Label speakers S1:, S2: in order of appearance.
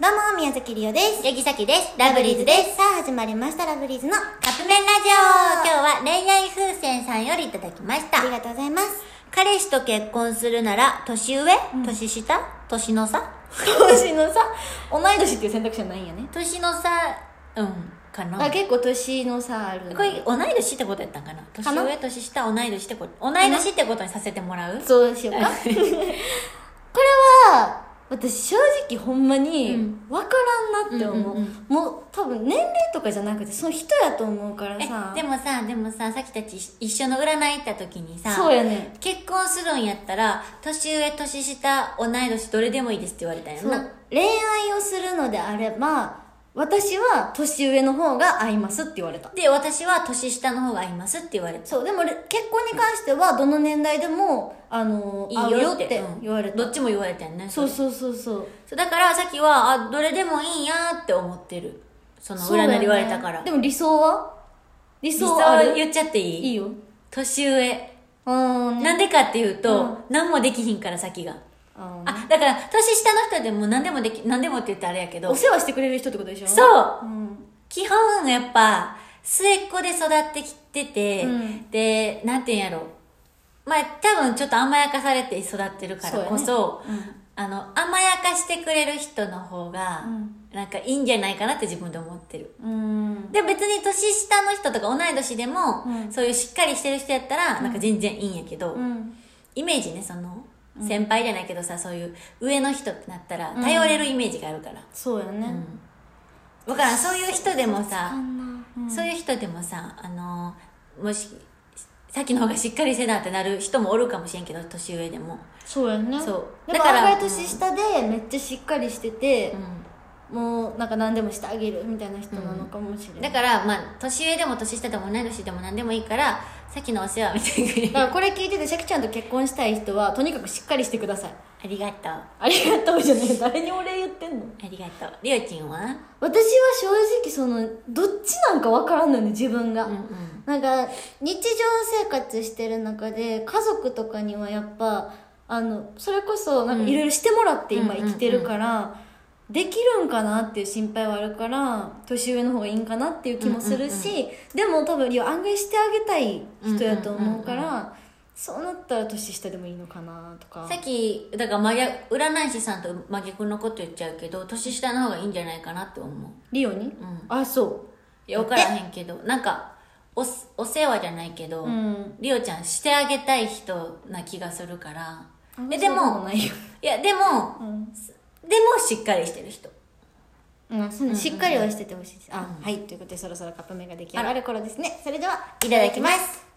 S1: どうも、宮崎りおです。
S2: ヤギサキです。ラブリーズです。。
S1: さあ、始まりました、ラブリーズの。あ
S2: カップ麺ラジオ今日は恋愛風船さんよりいただきました。
S1: りがとうございます。
S2: 彼氏と結婚するなら、年上、年下年の差
S1: 年の差、同い年っていう選択肢はないんやね。
S2: 年の差、うん、かな。
S1: あ、結構年の差ある。
S2: これ、同い年ってことやったんかな年
S1: かな
S2: 上、年下、同い年ってこと。同い年ってことにさせてもらう
S1: そうしよ うか。これは、私正直ほんまに
S2: うん
S1: 分からんなって思う,、
S2: うんうんうん
S1: もう多分年齢とかじゃなくてその人やと思うから
S2: え
S1: さ、
S2: でもさ、でもさ、さきたち一緒の占い行った時にさ、
S1: そうやね
S2: 結婚するんやったら、年上、年下、同い年、どれでもいいですって言われたんや
S1: そ
S2: な
S1: う。恋愛をするのであれば私は年上の方が合いますって言われた
S2: で、私は年下の方が合いますって言われて。
S1: そうでもれ結婚に関してはどの年代でもあの
S2: い
S1: 合
S2: いうよ
S1: よ
S2: っ
S1: ってて
S2: うん
S1: 言われた、
S2: どっちも言われたよね。
S1: そう
S2: れ
S1: そうそうそう
S2: そうだから、さっきは、あ、どれでもいいんやって思ってる。その、
S1: そうだ
S2: 占
S1: よね
S2: いで言われたから。
S1: でも理想は理
S2: 理想
S1: 想ある
S2: 言っちゃっていい
S1: いいよ
S2: 年上。
S1: うん
S2: なんでかっていうと、
S1: うん
S2: 何もできひんから、先が。
S1: あ
S2: あ、だから、年下の人でも何でもでき、何でもって言ったらあれやけど
S1: お、世話してくれる人ってことでしょ
S2: そう
S1: うん、
S2: 基本、やっぱ、末っ子で育ってきてて、
S1: うん
S2: で、なんて言うんやろ。まあ、多分ちょっと甘やかされて育ってるからこそ、
S1: うん
S2: あの、甘やかしてくれる人の方が、なんかいいんじゃないかなって自分で思ってる。
S1: うん、
S2: で、別に年下の人とか同い年でも、
S1: うん
S2: そういうしっかりしてる人やったら、なんか全然いいんやけど、
S1: うん、
S2: イメージね、その、先輩じゃないけどさ、そういう上の人ってなったら、頼れるイメージがあるから。
S1: そうやね、
S2: うん。わからん、そういう人でもさ、
S1: うん
S2: そういう人でもさ、あのもし、さっきの方がしっかりせなってなる人もおるかもしれんけど、年上でも。
S1: そうやね
S2: そう
S1: だ
S2: だ
S1: か
S2: からら
S1: 案外年下でめっちゃしっかりしてて
S2: う、ん。
S1: もうなんか何でもしてあげるみたいな人なのかもしれない、
S2: だから、まあ、年上でも年下でも同い年でも何でもいいから、さっきのお世話みたい
S1: だ
S2: な。
S1: からこれ聞いててシャキちゃんと結婚したい人はとにかくしっかりしてください
S2: ありがとう。あ
S1: ありがとうじゃねえ誰にお礼言ってんの
S2: りがとう。りおちんは
S1: 私は正直そのどっちなんかわからんのよね自分が、
S2: うんうん。
S1: なんか日常生活してる中で家族とかにはやっぱあのそれこそなんかいろいろしてもらって今
S2: うん
S1: 生きてるから、できるんかなっていう心配はあるから年上の方がいいんかなっていう気もするし、でも多分いや案外してあげたい人やと思うから、
S2: うん
S1: そうなったら年下でもいいのかなとか
S2: さっき、だから真逆、占い師さんと真逆のこと言っちゃうけど、年下の方がいいんじゃないかなって思う。
S1: リオに、
S2: ん
S1: あそ
S2: いや、わからへんけど、なんか、おす、お世話じゃないけど、
S1: ううん
S2: りおちゃんしてあげたい人な気がするからえで
S1: そうも
S2: も
S1: ないよ、
S2: いやでも
S1: うん
S2: でもしっかりしてる人
S1: うん、そうねしっかりはしててほしいです、あはいということでそろそろカップ麺が出来上がる頃ですねそれではい
S2: ただきます